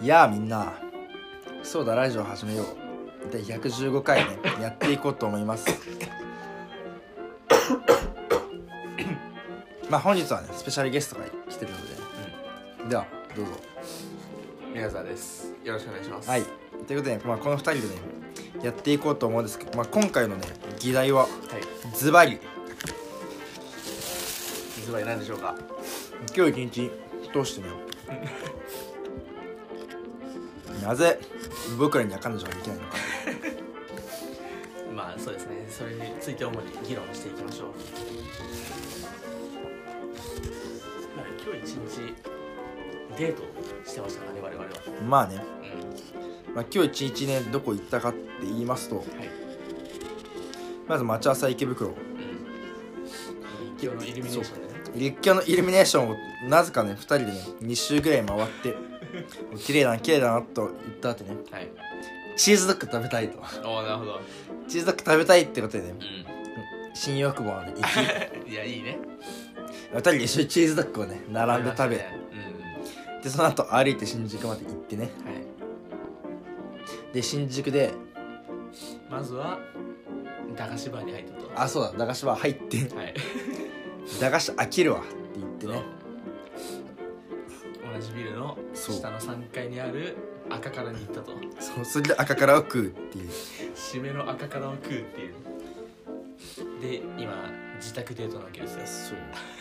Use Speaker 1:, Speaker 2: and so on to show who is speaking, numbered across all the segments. Speaker 1: いやあみんなそうだラジオ始めようで115回 ねやっていこうと思いますまあ本日はねスペシャルゲストが来てるので、ではどうぞ
Speaker 2: 宮沢ですよろしくお願いします
Speaker 1: はいということで、まあ、この2人でねやっていこうと思うんですけど、まあ、今回のね議題は
Speaker 2: はい
Speaker 1: ズバリ
Speaker 2: ズバリ何でしょうか
Speaker 1: 今日一日通してねなぜ僕らには彼女ができないのか
Speaker 2: まあそうですねそれについて主に議論していきましょうまあ今日一日デートしてましたかね我々は
Speaker 1: まあね、
Speaker 2: う
Speaker 1: まあ、今日一日ねどこ行ったかって言いますと
Speaker 2: んはい
Speaker 1: まず待ち合わせ池袋
Speaker 2: うん今日のイルミネーションでね
Speaker 1: 立教のイルミネーションをなぜかね2人でね2周ぐらい回って 綺麗だな綺麗だなと言った後ね
Speaker 2: はい
Speaker 1: チーズドッグ食べたいと
Speaker 2: おおなるほど
Speaker 1: チーズドッグ食べたいってことでね
Speaker 2: う
Speaker 1: 新大久保 まで行き
Speaker 2: んいやいいね
Speaker 1: 2人で一緒にチーズドッグをね並んで食べ、
Speaker 2: ねうん
Speaker 1: でその後歩いて新宿まで行ってね
Speaker 2: うんはい
Speaker 1: で新宿で
Speaker 2: まずは駄菓子バーに入ってと
Speaker 1: あそうだ駄菓子バー入って
Speaker 2: はい
Speaker 1: 駄菓子飽きるわって言ってね
Speaker 2: 同じビルの
Speaker 1: そう
Speaker 2: 下の3階にある赤からに行ったと
Speaker 1: そうそれで赤からを食うっていう
Speaker 2: 締めの赤からを食うっていうで今自宅デートなわけですよ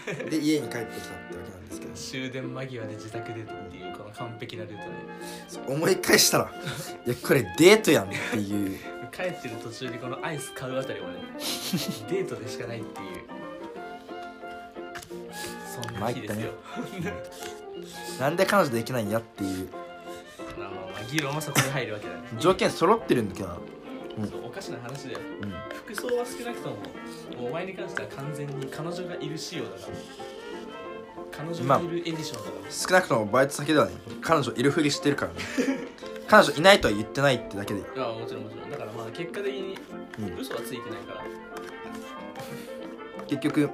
Speaker 1: そうで家に帰ってきたってわけなんですけど
Speaker 2: 終電間際で自宅デートっていうこの完璧なデート
Speaker 1: そう思い返したらいやこれデートやんっていう
Speaker 2: で帰ってる途中でこのアイス買うあたりまでデートでしかないっていうそんな日ですよ、
Speaker 1: なんで彼女できないんやっていう
Speaker 2: まあまあまあ議論はそこに入るわけだね
Speaker 1: 条件揃ってるんだけどなうん
Speaker 2: そうおかしな話だよ
Speaker 1: うん
Speaker 2: 服装は少なくとももうお前に関しては完全に彼女がいる仕様だから彼女がいるエディションだから、
Speaker 1: 少なくともバイト先ではね彼女いるふりしてる からね彼女いないとは言ってないってだけで
Speaker 2: ああもちろんもちろんだからまあ結果的に
Speaker 1: うん
Speaker 2: 嘘はついてないから、
Speaker 1: 結局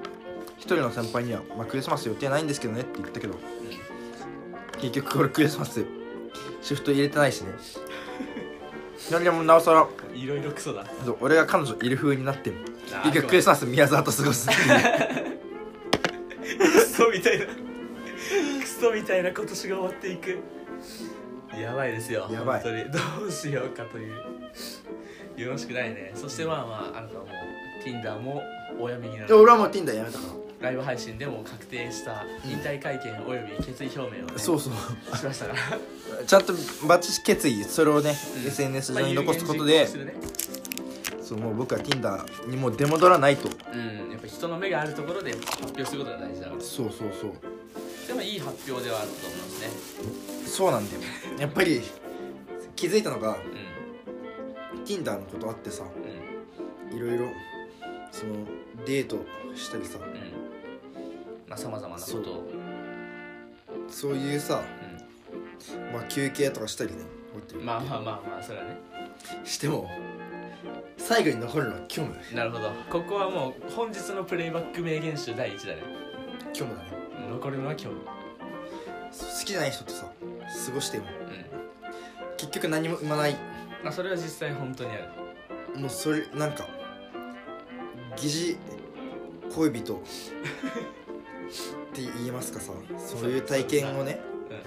Speaker 1: 一人の先輩には、まあ、クリスマス予定ないんですけどねって言ったけど結局これクリスマスシフト入れてないしね何でもなおさら
Speaker 2: いろいろクソだ
Speaker 1: そう俺が彼女いる風になって
Speaker 2: あ
Speaker 1: 結局クリスマス宮沢と過 ごすっていう
Speaker 2: クソみたいなクソみたいな今年が終わっていくやばいですよ
Speaker 1: やばい
Speaker 2: 本当にどうしようかというよろしくないねそしてまあまああなたはもう Tinder もおやめにな
Speaker 1: で
Speaker 2: る
Speaker 1: 俺はもう Tinder やめたか
Speaker 2: ライブ配信でも確定した引退会見および決意表明をね、
Speaker 1: らそうそう
Speaker 2: しましたから
Speaker 1: ちゃんとバチ決意それをね SNS 上に残すことでそうもう僕は Tinder にもう出戻らないと
Speaker 2: うんやっぱ人の目があるところで発表することが大事だから
Speaker 1: そうそうそう
Speaker 2: でもいい発表ではあると思いますね
Speaker 1: そうなんだよやっぱり気づいたのが
Speaker 2: う
Speaker 1: Tinder のことあってさ
Speaker 2: んうん
Speaker 1: いろいろそのデートしたりさ
Speaker 2: うんまあさまざまなことを
Speaker 1: そういうさ、
Speaker 2: う
Speaker 1: まあ、休憩とかしたりねこうやっ
Speaker 2: ん
Speaker 1: て
Speaker 2: まあまあまあまあそれはね
Speaker 1: しても最後に残るのは虚無
Speaker 2: なるほどここはもう本日のプレイバック名言集第1だね
Speaker 1: 虚無だね
Speaker 2: 残るのは今日
Speaker 1: そう好きじゃない人とさ過ごしても
Speaker 2: うん
Speaker 1: 結局何も生まない
Speaker 2: まあそれは実際本当にある
Speaker 1: もうそれなんか疑似恋人って言いますかさそういう体験をね
Speaker 2: うん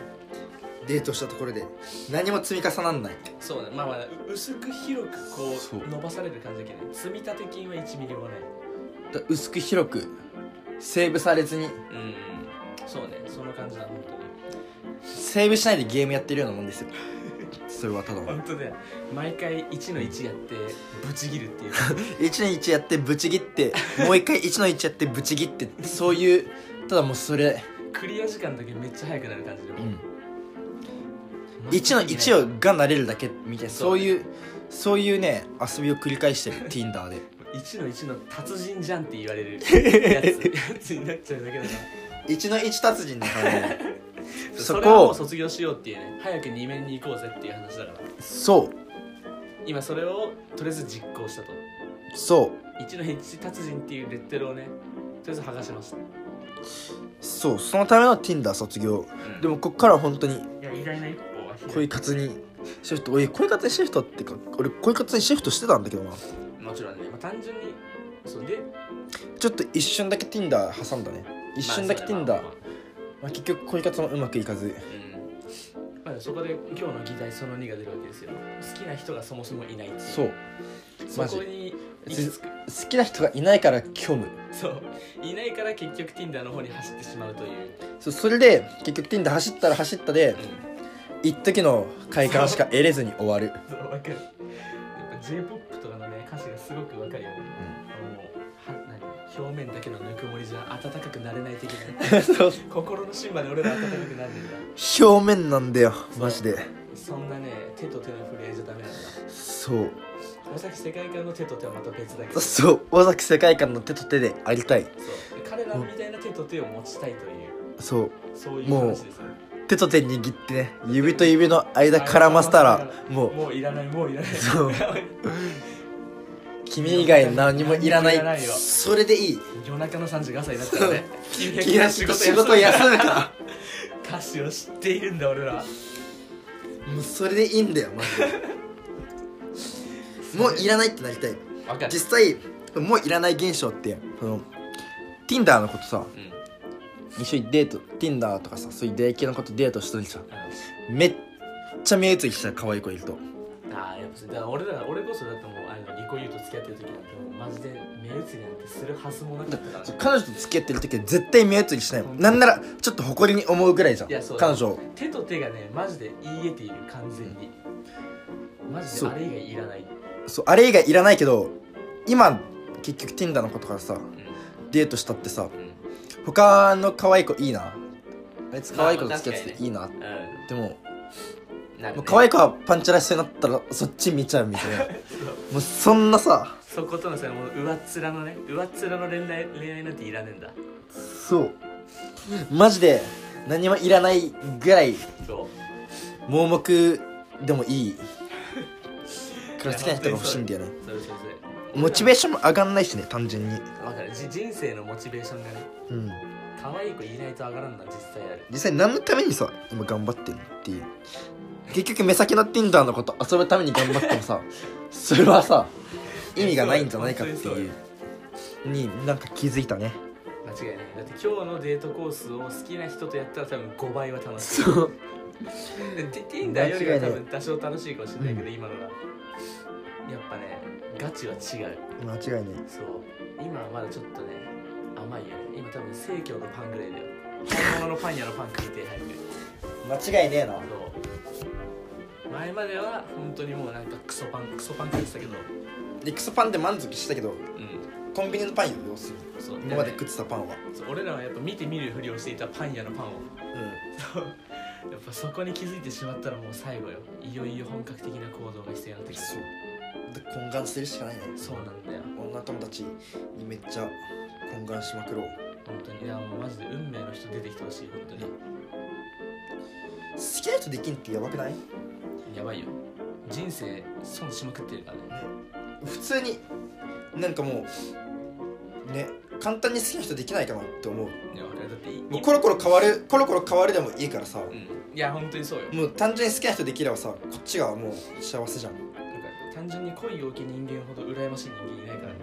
Speaker 1: デートしたところで何も積み重なんない
Speaker 2: そうねまあまあう薄く広くこ
Speaker 1: そう
Speaker 2: う伸ばされる感じだけどね積立金は1ミリもない
Speaker 1: だ薄く広くセーブされずに
Speaker 2: うんそうねその感じだ本
Speaker 1: セーブしないでゲームやってるようなもんですよそれはただ
Speaker 2: 当に本当だよ毎回1の1やってブチギ るっていう
Speaker 1: 1の1やってブチギってもう一回1の1やってブチギってそういうただもうそれ、
Speaker 2: クリア時間だけめっちゃ早くなる感じで、
Speaker 1: う
Speaker 2: も
Speaker 1: ん、1の1
Speaker 2: を
Speaker 1: をがなれるだけみたいな
Speaker 2: そ
Speaker 1: そうういうそういうね遊びを繰り返してる Tinder で
Speaker 2: 1の1の達人じゃんって言わ れるやつやつになっちゃうだけだか
Speaker 1: 1の1達人の感
Speaker 2: ら
Speaker 1: じそ
Speaker 2: れを
Speaker 1: こ
Speaker 2: もう
Speaker 1: を
Speaker 2: 卒業しようっていうね早く2面に行こうぜっていう話だから
Speaker 1: そう
Speaker 2: 今それをとりあえず実行したと
Speaker 1: そう
Speaker 2: 1の1達人っていうレッテルをねとりあえず剥がしました、
Speaker 1: そうそのための Tinder 卒業
Speaker 2: うん
Speaker 1: でもこっからは本当に
Speaker 2: いや偉大な一歩を
Speaker 1: 恋活にシフト俺恋活にシフトってか俺恋活にシフトしてたんだけどな
Speaker 2: もちろんね、まあ、単純にそうで
Speaker 1: ちょっと一瞬だけ Tinder 挟んだね一瞬だけ Tinder、ま
Speaker 2: まあ
Speaker 1: あ結局恋活もうまくいかず
Speaker 2: そうだなうんまあ、そこで今日の議題その2が出るわけですよ好きな人がそもそもいないってい
Speaker 1: そう
Speaker 2: そこに行き着く
Speaker 1: 好きな人がいないから虚無
Speaker 2: そういないから結局 Tinder の方に走ってしまうという、
Speaker 1: そうそれで結局 Tinder 走ったら走ったで
Speaker 2: う
Speaker 1: 一時の快感しか得れずに終わる
Speaker 2: ん、そうわかるやっぱ J−POP とかのね歌詞がすごくわかるよね、もうは何表面だけのぬくもりじゃ温かくなれない的 な
Speaker 1: そう
Speaker 2: 心の芯まで俺ら温かくなるんだ
Speaker 1: 表面なんだよマジで
Speaker 2: そんなね手と手の触れ合いじゃダメなんだ
Speaker 1: そう
Speaker 2: この先世界観の手と手はまた別だけどそう
Speaker 1: そう尾崎世界観の手と手でありたい
Speaker 2: で彼らみたいな手と手を持ちたいという
Speaker 1: そう
Speaker 2: そういう
Speaker 1: もう
Speaker 2: 話ですよ
Speaker 1: 手と手握ってね指と指の間絡ませたらもう
Speaker 2: もういらないもういらない
Speaker 1: そう
Speaker 2: 夜
Speaker 1: 君以外何もいらな
Speaker 2: 何もいらない
Speaker 1: い
Speaker 2: よ
Speaker 1: それでいい
Speaker 2: 中の35歳になったらね君は
Speaker 1: 君ら仕事休むから
Speaker 2: 歌詞を知っているんだ俺ら
Speaker 1: もうそれでいいんだよマジでもういらないってなりたい
Speaker 2: わかる
Speaker 1: 実際もういらない現象ってその Tinder のことさ
Speaker 2: うん
Speaker 1: 一緒にデート Tinder とかさそういう出会い系のことデートしたりさ
Speaker 2: あの
Speaker 1: めっちゃ目移りした可愛い子いると
Speaker 2: ああやっぱそうだから俺ら俺こそだってもうあのリコユーと付き合ってる時なんてもうマジで目移りなんてするはずもなかったから
Speaker 1: そう
Speaker 2: ね
Speaker 1: 彼女と付き合ってる時は絶対目移りしないもんなんならちょっと誇りに思うぐらいじゃん
Speaker 2: いやそうだ
Speaker 1: 彼女を
Speaker 2: 手と手がねマジで言い得ている完全にマジで
Speaker 1: そう
Speaker 2: あれ以外いらない
Speaker 1: そうあれ以外いらないけど今結局 Tinder の子とからさ
Speaker 2: うん
Speaker 1: デートしたってさ
Speaker 2: うん
Speaker 1: 他の可愛い子いいなあいつ可愛い子と付き合って
Speaker 2: まあまあ確か
Speaker 1: て
Speaker 2: に
Speaker 1: いいな
Speaker 2: う
Speaker 1: でも
Speaker 2: んなん
Speaker 1: もう可愛い
Speaker 2: い
Speaker 1: 子はパンチラしそうになったらそっち見ちゃうみた いなもうそんなさ
Speaker 2: そことのさもう上っ面のね上っ面の恋愛恋愛なんていらねえんだ
Speaker 1: そうマジで何もいらないぐらい
Speaker 2: そう
Speaker 1: 盲目でも いいから好きな人が欲しいんだよね
Speaker 2: それそれそれ
Speaker 1: モチベーションも上がんないしね単純に
Speaker 2: わかるじ人生のモチベーションがね
Speaker 1: うん
Speaker 2: 可愛い子いないと上がらんのは実際ある
Speaker 1: 実際何のためにさ今頑張ってんのっていう結局目先の Tinder のこと遊ぶために頑張っても さそれはさ意味がないんじゃないかって
Speaker 2: そう
Speaker 1: い
Speaker 2: よ
Speaker 1: うになんか気づいたね
Speaker 2: 間違いないだって今日のデートコースを好きな人とやったら多分5倍は楽しい
Speaker 1: そう
Speaker 2: でテティンダーよりは多
Speaker 1: 間違い
Speaker 2: 分多少楽しいかもしれないけど、今のがやっぱねガチは違う
Speaker 1: 間違いない
Speaker 2: そう今はまだちょっとね甘いよね今多分生協のパンぐらいだよ本物のパン屋のパン食いて入る
Speaker 1: 間違いねえな
Speaker 2: そう前までは本当にもうなんかクソパンクソパン食ってたけど
Speaker 1: でクソパンで満足したけど
Speaker 2: うん
Speaker 1: コンビニのパンよ要するに
Speaker 2: そう
Speaker 1: 今まで
Speaker 2: だ
Speaker 1: 食
Speaker 2: か
Speaker 1: ってたパンは
Speaker 2: らねそう俺らはやっぱ見て見るふりをしていたパン屋のパンをそうやっぱそこに気づいてしまったらもう最後よいよいよ本格的な行動が必要になってきて
Speaker 1: で懇願するしかないね
Speaker 2: そうなんだよ
Speaker 1: 女友達にめっちゃ懇願しまくろう
Speaker 2: 本当にいやもうマジで運命の人出てきてほしい本当に
Speaker 1: 好きな人できんってやばくない
Speaker 2: やばいよ人生損しまくってるからね
Speaker 1: 普通になんかもうね簡単に好きな人できないかなって思う
Speaker 2: いや俺だってい
Speaker 1: もうコロコロ変わるコロコロ変わるでもいいからさ
Speaker 2: うんいや本当にそうよ
Speaker 1: もう単純に好きな人できればさこっちがもう幸せじゃん
Speaker 2: なんか単純に恋を受け人間ほど羨ましい人間いないからね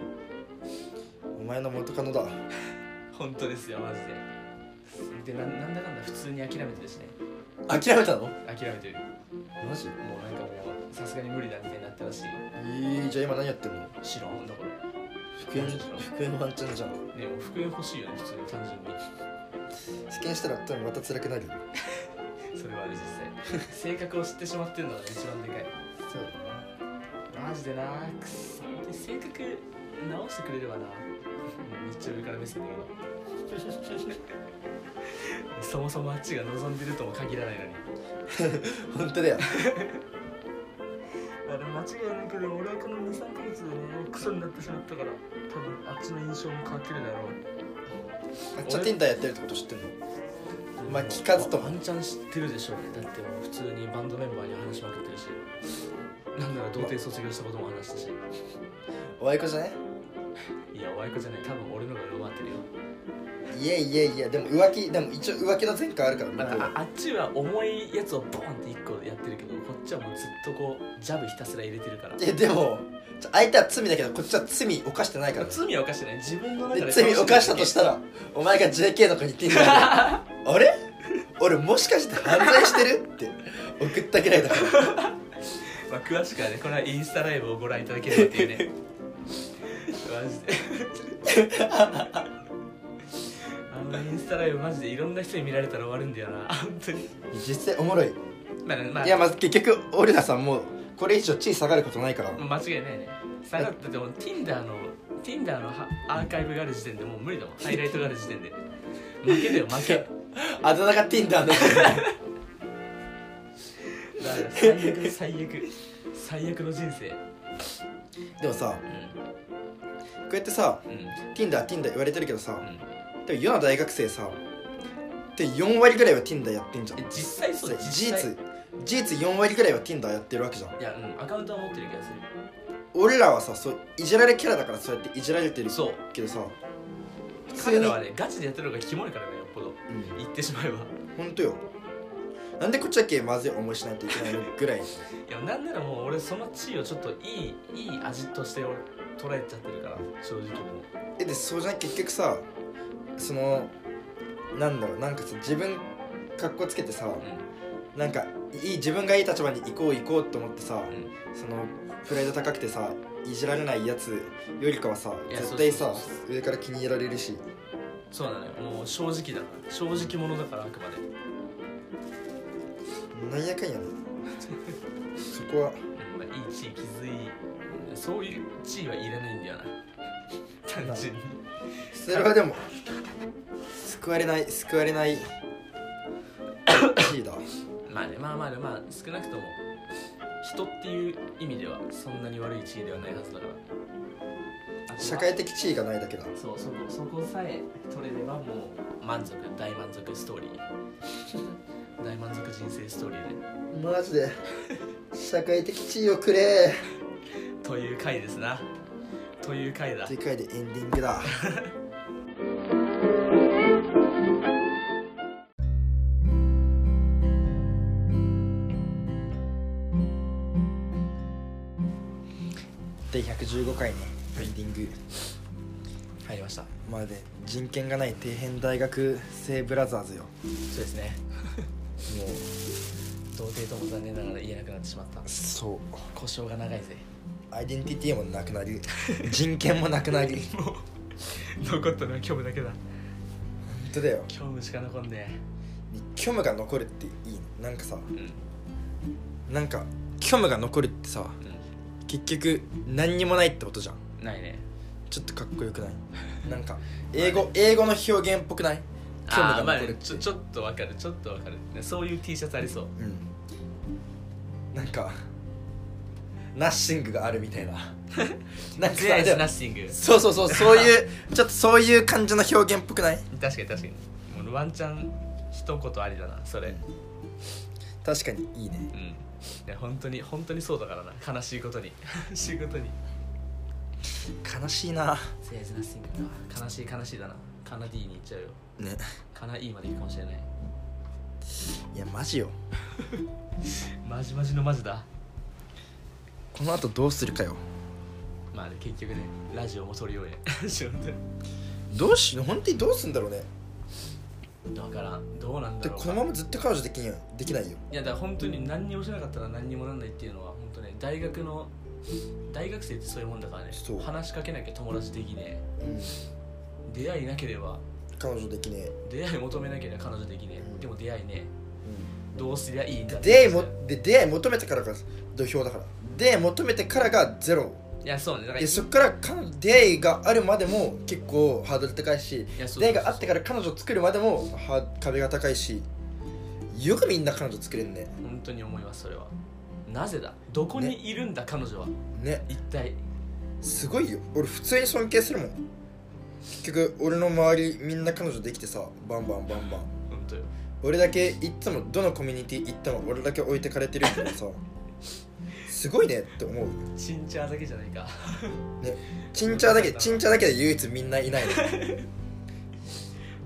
Speaker 1: お前の元カノだ
Speaker 2: 本当ですよマジででななんだかんだ普通に諦めてるしね
Speaker 1: 諦めたの
Speaker 2: 諦めてる
Speaker 1: マジ
Speaker 2: もうなんかもうさすがに無理だみたいになったらしい
Speaker 1: えー、じゃあ今何やってんの
Speaker 2: 知らんだこれ
Speaker 1: 復縁復縁のワンチャンじゃん
Speaker 2: ねもう復縁欲しいよね普通に単純に
Speaker 1: 試験したら多分また辛くなるよ
Speaker 2: それはある実際性格を知ってしまってるのが一番でかい
Speaker 1: そうだな
Speaker 2: マジでなくそで性格直してくれればなめっちゃ上から目線だ けどそもそもあっちが望んでるとも限らないのに
Speaker 1: 本当だよ
Speaker 2: あれ間違いないけど俺はこの23ヶ月でねクソになってしまったから多分あっちの印象も変わってるだろ
Speaker 1: あっちは Tinder やってるってこと知ってんの
Speaker 2: う
Speaker 1: まあ聞かずとも
Speaker 2: ワンチャン知ってるでしょうねだってもう普通にバンドメンバーに話しまくってるしなんなら童貞卒業したことも話したし
Speaker 1: おあいこじゃね
Speaker 2: いやおあいこじゃない多分俺の方が上回ってるよ
Speaker 1: いやいやいやでも浮気でも一応浮気の前科あるから
Speaker 2: だ
Speaker 1: 向こ
Speaker 2: か
Speaker 1: う
Speaker 2: ら
Speaker 1: は
Speaker 2: ああっちは重いやつをボンって1個やってるけどこっちはもうずっとこうジャブひたすら入れてるから
Speaker 1: いやでもちょ相手は罪だけどこっちは罪犯してないから
Speaker 2: 罪は犯してない自分の中
Speaker 1: で
Speaker 2: で
Speaker 1: 罪犯したとした
Speaker 2: ら
Speaker 1: らお前が JK の子に言ってんじゃないのあれ俺もしかして犯罪してるって送ったぐらいだから
Speaker 2: まあ、詳しくはねこれはインスタライブをご覧いただければっていう ねマジで あのインスタライブマジでいろんな人に見られたら終わるんだよな本当に
Speaker 1: 実際おもろい
Speaker 2: まあ、まあ、
Speaker 1: いやまず結局オルナさんもうこれ以上地位下がることないから
Speaker 2: 間違いないね下がったでも Tinder の Tinder のはアーカイブがある時点でもう無理だもんハイライトがある時点で負けだよ負 けだか
Speaker 1: あだ名が Tinder の
Speaker 2: ら最悪最悪最悪の人生
Speaker 1: でもさ
Speaker 2: う
Speaker 1: こうやってさ
Speaker 2: んうん
Speaker 1: TinderTinder 言われてるけどさ
Speaker 2: うん
Speaker 1: でも世の大学生さで4割ぐらいは Tinder やってんじゃん
Speaker 2: え実際そうだよ
Speaker 1: 事
Speaker 2: 実際
Speaker 1: 実事実4割ぐらいは Tinder やってるわけじゃん
Speaker 2: いやうんアカウントは持ってる気がす
Speaker 1: 俺らはさそういじられキャラだからそうやっていじられてる
Speaker 2: るそう
Speaker 1: けどさ普通
Speaker 2: 彼
Speaker 1: に
Speaker 2: らはねガチでやってる方がキモいからねよっぽど
Speaker 1: うん
Speaker 2: 言ってしまえば
Speaker 1: 本当よなんでこっちだけまずい思いしないといけないのぐらい
Speaker 2: いやなんならもう俺その地位をちょっといいいい味として俺捉えちゃってるから正直もう
Speaker 1: えでそうじゃん結局さそのなんだろうなんかさ自分かっこつけてさ
Speaker 2: う
Speaker 1: なんかいい自分がいい立場に行こう行こうと思ってさ
Speaker 2: んうん
Speaker 1: そのプライド高くてさいじられないやつよりかはさ
Speaker 2: いや
Speaker 1: 絶対
Speaker 2: そう
Speaker 1: さ
Speaker 2: そう
Speaker 1: 上から気に入られるし
Speaker 2: そうなのよもう正直だから正直者だからあくまで
Speaker 1: なんやかんやねそこは
Speaker 2: まあ、いい地位築いそういう地位はいらないんだよな単純に
Speaker 1: それはでも救われない救われない地位だ
Speaker 2: まあねまあまあねまあ少なくとも人っていう意味ではそんなに悪い地位ではないはずだから
Speaker 1: 社会的地位がないだけだ
Speaker 2: そうそこそこさえ取れればもう満足大満足スト ーリー大満足人生ストーリーね
Speaker 1: マジで社会的地位をくれ
Speaker 2: という回ですなという回だ
Speaker 1: 次回でエンディングだで115回ねエンディング
Speaker 2: 入りました
Speaker 1: まあで人権がない底辺大学生ブラザーズよ
Speaker 2: そうですね
Speaker 1: もう
Speaker 2: 童貞とも残念ながら言えなくなってしまった
Speaker 1: そう
Speaker 2: 故障が長いぜ
Speaker 1: アイデンティティもなくな り人権もなくなり本
Speaker 2: もう 残ったのは虚無だけだ
Speaker 1: 当だよ
Speaker 2: 虚無しか残んね
Speaker 1: 虚無が残るっていいねなんかさ
Speaker 2: えうん
Speaker 1: なんか虚無が残るってさ結局何にもないってことじゃん
Speaker 2: うんないね
Speaker 1: ちょっとかっこよくないなんか英語英語の表現っぽくない虚無
Speaker 2: あー
Speaker 1: が
Speaker 2: まあ
Speaker 1: 残る
Speaker 2: ね
Speaker 1: っ
Speaker 2: ち
Speaker 1: て、
Speaker 2: ょちょっとわかるちょっとわかるねそういう T シャツありそう
Speaker 1: うんなんかナッシングがあるみたい ななんか
Speaker 2: ゼ
Speaker 1: さ
Speaker 2: ー
Speaker 1: で
Speaker 2: ス
Speaker 1: も
Speaker 2: ナッシング
Speaker 1: そうそうそうそういうちょっとそういう感じの表現っぽくない
Speaker 2: 確かに確かにもうワンチャン一言ありだなそれうん
Speaker 1: 確かにいいね
Speaker 2: いや本当に本当にそうだからな悲しいことに悲しいことに
Speaker 1: 悲しいな
Speaker 2: ゼースナッシングだ悲しい悲しいだなカナディに行っちゃうよ
Speaker 1: ね
Speaker 2: カナイーまで行くかもしれない
Speaker 1: いやマジよ
Speaker 2: マジマジのマジだ
Speaker 1: この後どうするかよ
Speaker 2: まあね結局ねラジオも取り終え しまって
Speaker 1: どうし本当にどうすんだろうね
Speaker 2: だからんどうなんだ
Speaker 1: で
Speaker 2: ろう
Speaker 1: こ
Speaker 2: な
Speaker 1: のままずっと彼女できんよできないよ
Speaker 2: いやだから本当に何にもしなかったら何にもなんないっていうのは本当ね大学の大学生ってそういうもんだからね
Speaker 1: そう
Speaker 2: 話しかけなきゃ友達できね
Speaker 1: うん
Speaker 2: え出会いなければ
Speaker 1: 彼女できねえ
Speaker 2: 出会い求めなければ彼女できね
Speaker 1: うん
Speaker 2: えでも出会いねえどうすりゃいいんだって
Speaker 1: 出会いもで出会い求めてからが土俵だから出会い求めてからがゼロ
Speaker 2: いやそうねだから
Speaker 1: でそっから彼女出会いがあるまでも結構ハードル高いし
Speaker 2: いやそう
Speaker 1: 出会いがあってから彼女作るまでもは壁が高いしよくみんな彼女作れんね
Speaker 2: 本当に思いますそれはなぜだどこにいるんだ、彼女は
Speaker 1: ね
Speaker 2: 一体
Speaker 1: すごいよ俺普通に尊敬するもん結局俺の周りみんな彼女できてさバンバンバンバン
Speaker 2: 本当よ
Speaker 1: 俺だけいっつもどのコミュニティ行っても俺だけ置いてかれてるけどさすごいねって思う
Speaker 2: チンチャーだけじゃないか
Speaker 1: チンチャーだけチンチャーだけで唯一みんないないの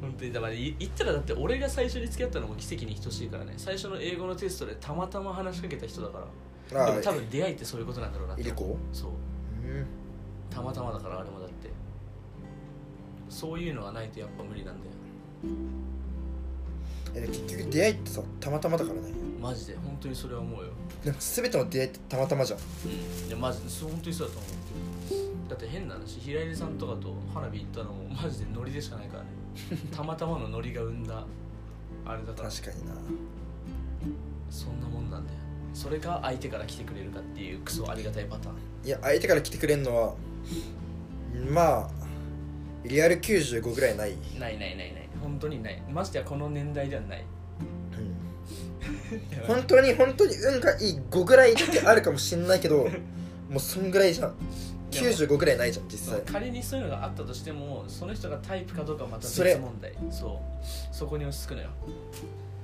Speaker 2: 本当にだからい言ったらだって俺が最初に付き合ったのも奇跡に等しいからね最初の英語のテストでたまたま話しかけた人だからでも多分出会いってそういうことなんだろうなっ
Speaker 1: い
Speaker 2: て
Speaker 1: りこ
Speaker 2: そう
Speaker 1: うん
Speaker 2: たまたまだからあれもだってそういうのがないとやっぱ無理なんだよ
Speaker 1: えで結局出会いってさたまたまだからね
Speaker 2: マジで本当にそれは思うよ
Speaker 1: なんか全ての出会いってたまたまじゃん
Speaker 2: うんいやマジでそう本当にそうだと思うだって変な話平井さんとかと花火行ったのもマジでノリでしかない からねたまたまのノリが生んだあれだから
Speaker 1: 確かにな
Speaker 2: そんなもんなんだよそれか相手から来てくれるかっていうクソありがたいパターン
Speaker 1: いや相手から来てくれんのはまあリアル95ぐらいない、
Speaker 2: ないないないない本当にないましてやこの年代ではない
Speaker 1: うん、本当に本当に運がいい5ぐらいだけあるかもしんないけ どもうそんぐらいじゃん95ぐらいないじゃん実際
Speaker 2: 仮にそういうのがあったとしてもその人がタイプかどうかはまた別
Speaker 1: それ
Speaker 2: 問題そうそこに落ち着くのよ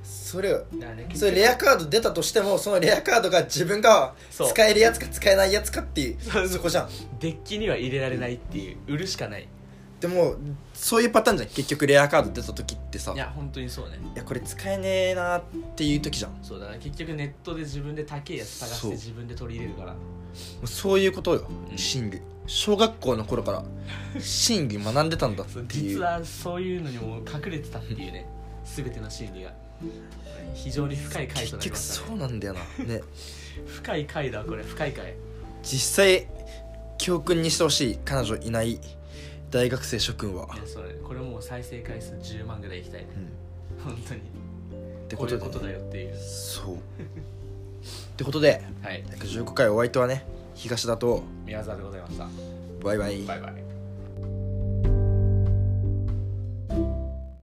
Speaker 1: それは
Speaker 2: だからね
Speaker 1: それレアカード出たとしてもそのレアカードが自分が
Speaker 2: そう
Speaker 1: 使えるやつか使えないやつかっていう
Speaker 2: そうそう
Speaker 1: そこじゃん
Speaker 2: デッキには入れられないっていう売るしかない
Speaker 1: でもそういうパターンじゃん結局レアカード出た時ってさ
Speaker 2: い
Speaker 1: いや
Speaker 2: や本当にそうね
Speaker 1: これ使えねえなっていう時じゃんも
Speaker 2: そうだから結局ネットで自分で高いやつ探し
Speaker 1: そう
Speaker 2: て自分で取り入れるから
Speaker 1: うそういうことよ
Speaker 2: うん
Speaker 1: 心理小学校の頃から心理学んでたんだっ
Speaker 2: そう
Speaker 1: てい
Speaker 2: 実
Speaker 1: う
Speaker 2: はそういうのにも隠れてたっていうね全ての心理が非常に深い回
Speaker 1: 結
Speaker 2: となりま
Speaker 1: 局
Speaker 2: し
Speaker 1: そ
Speaker 2: た、ね、
Speaker 1: うなんだよなね
Speaker 2: 深い回だこれ深い回
Speaker 1: 実際教訓にしてほしい彼女いない大学生諸君は、
Speaker 2: いやそれこれもう再生回数10万ぐらいいきたいね
Speaker 1: うん、
Speaker 2: 本当に
Speaker 1: って
Speaker 2: こ
Speaker 1: こ
Speaker 2: うい
Speaker 1: と
Speaker 2: う
Speaker 1: で
Speaker 2: ことだよっていう
Speaker 1: そうってことで
Speaker 2: はい
Speaker 1: 115回お相手はね東だと
Speaker 2: 宮沢でございました
Speaker 1: バイバイ
Speaker 2: バイバイ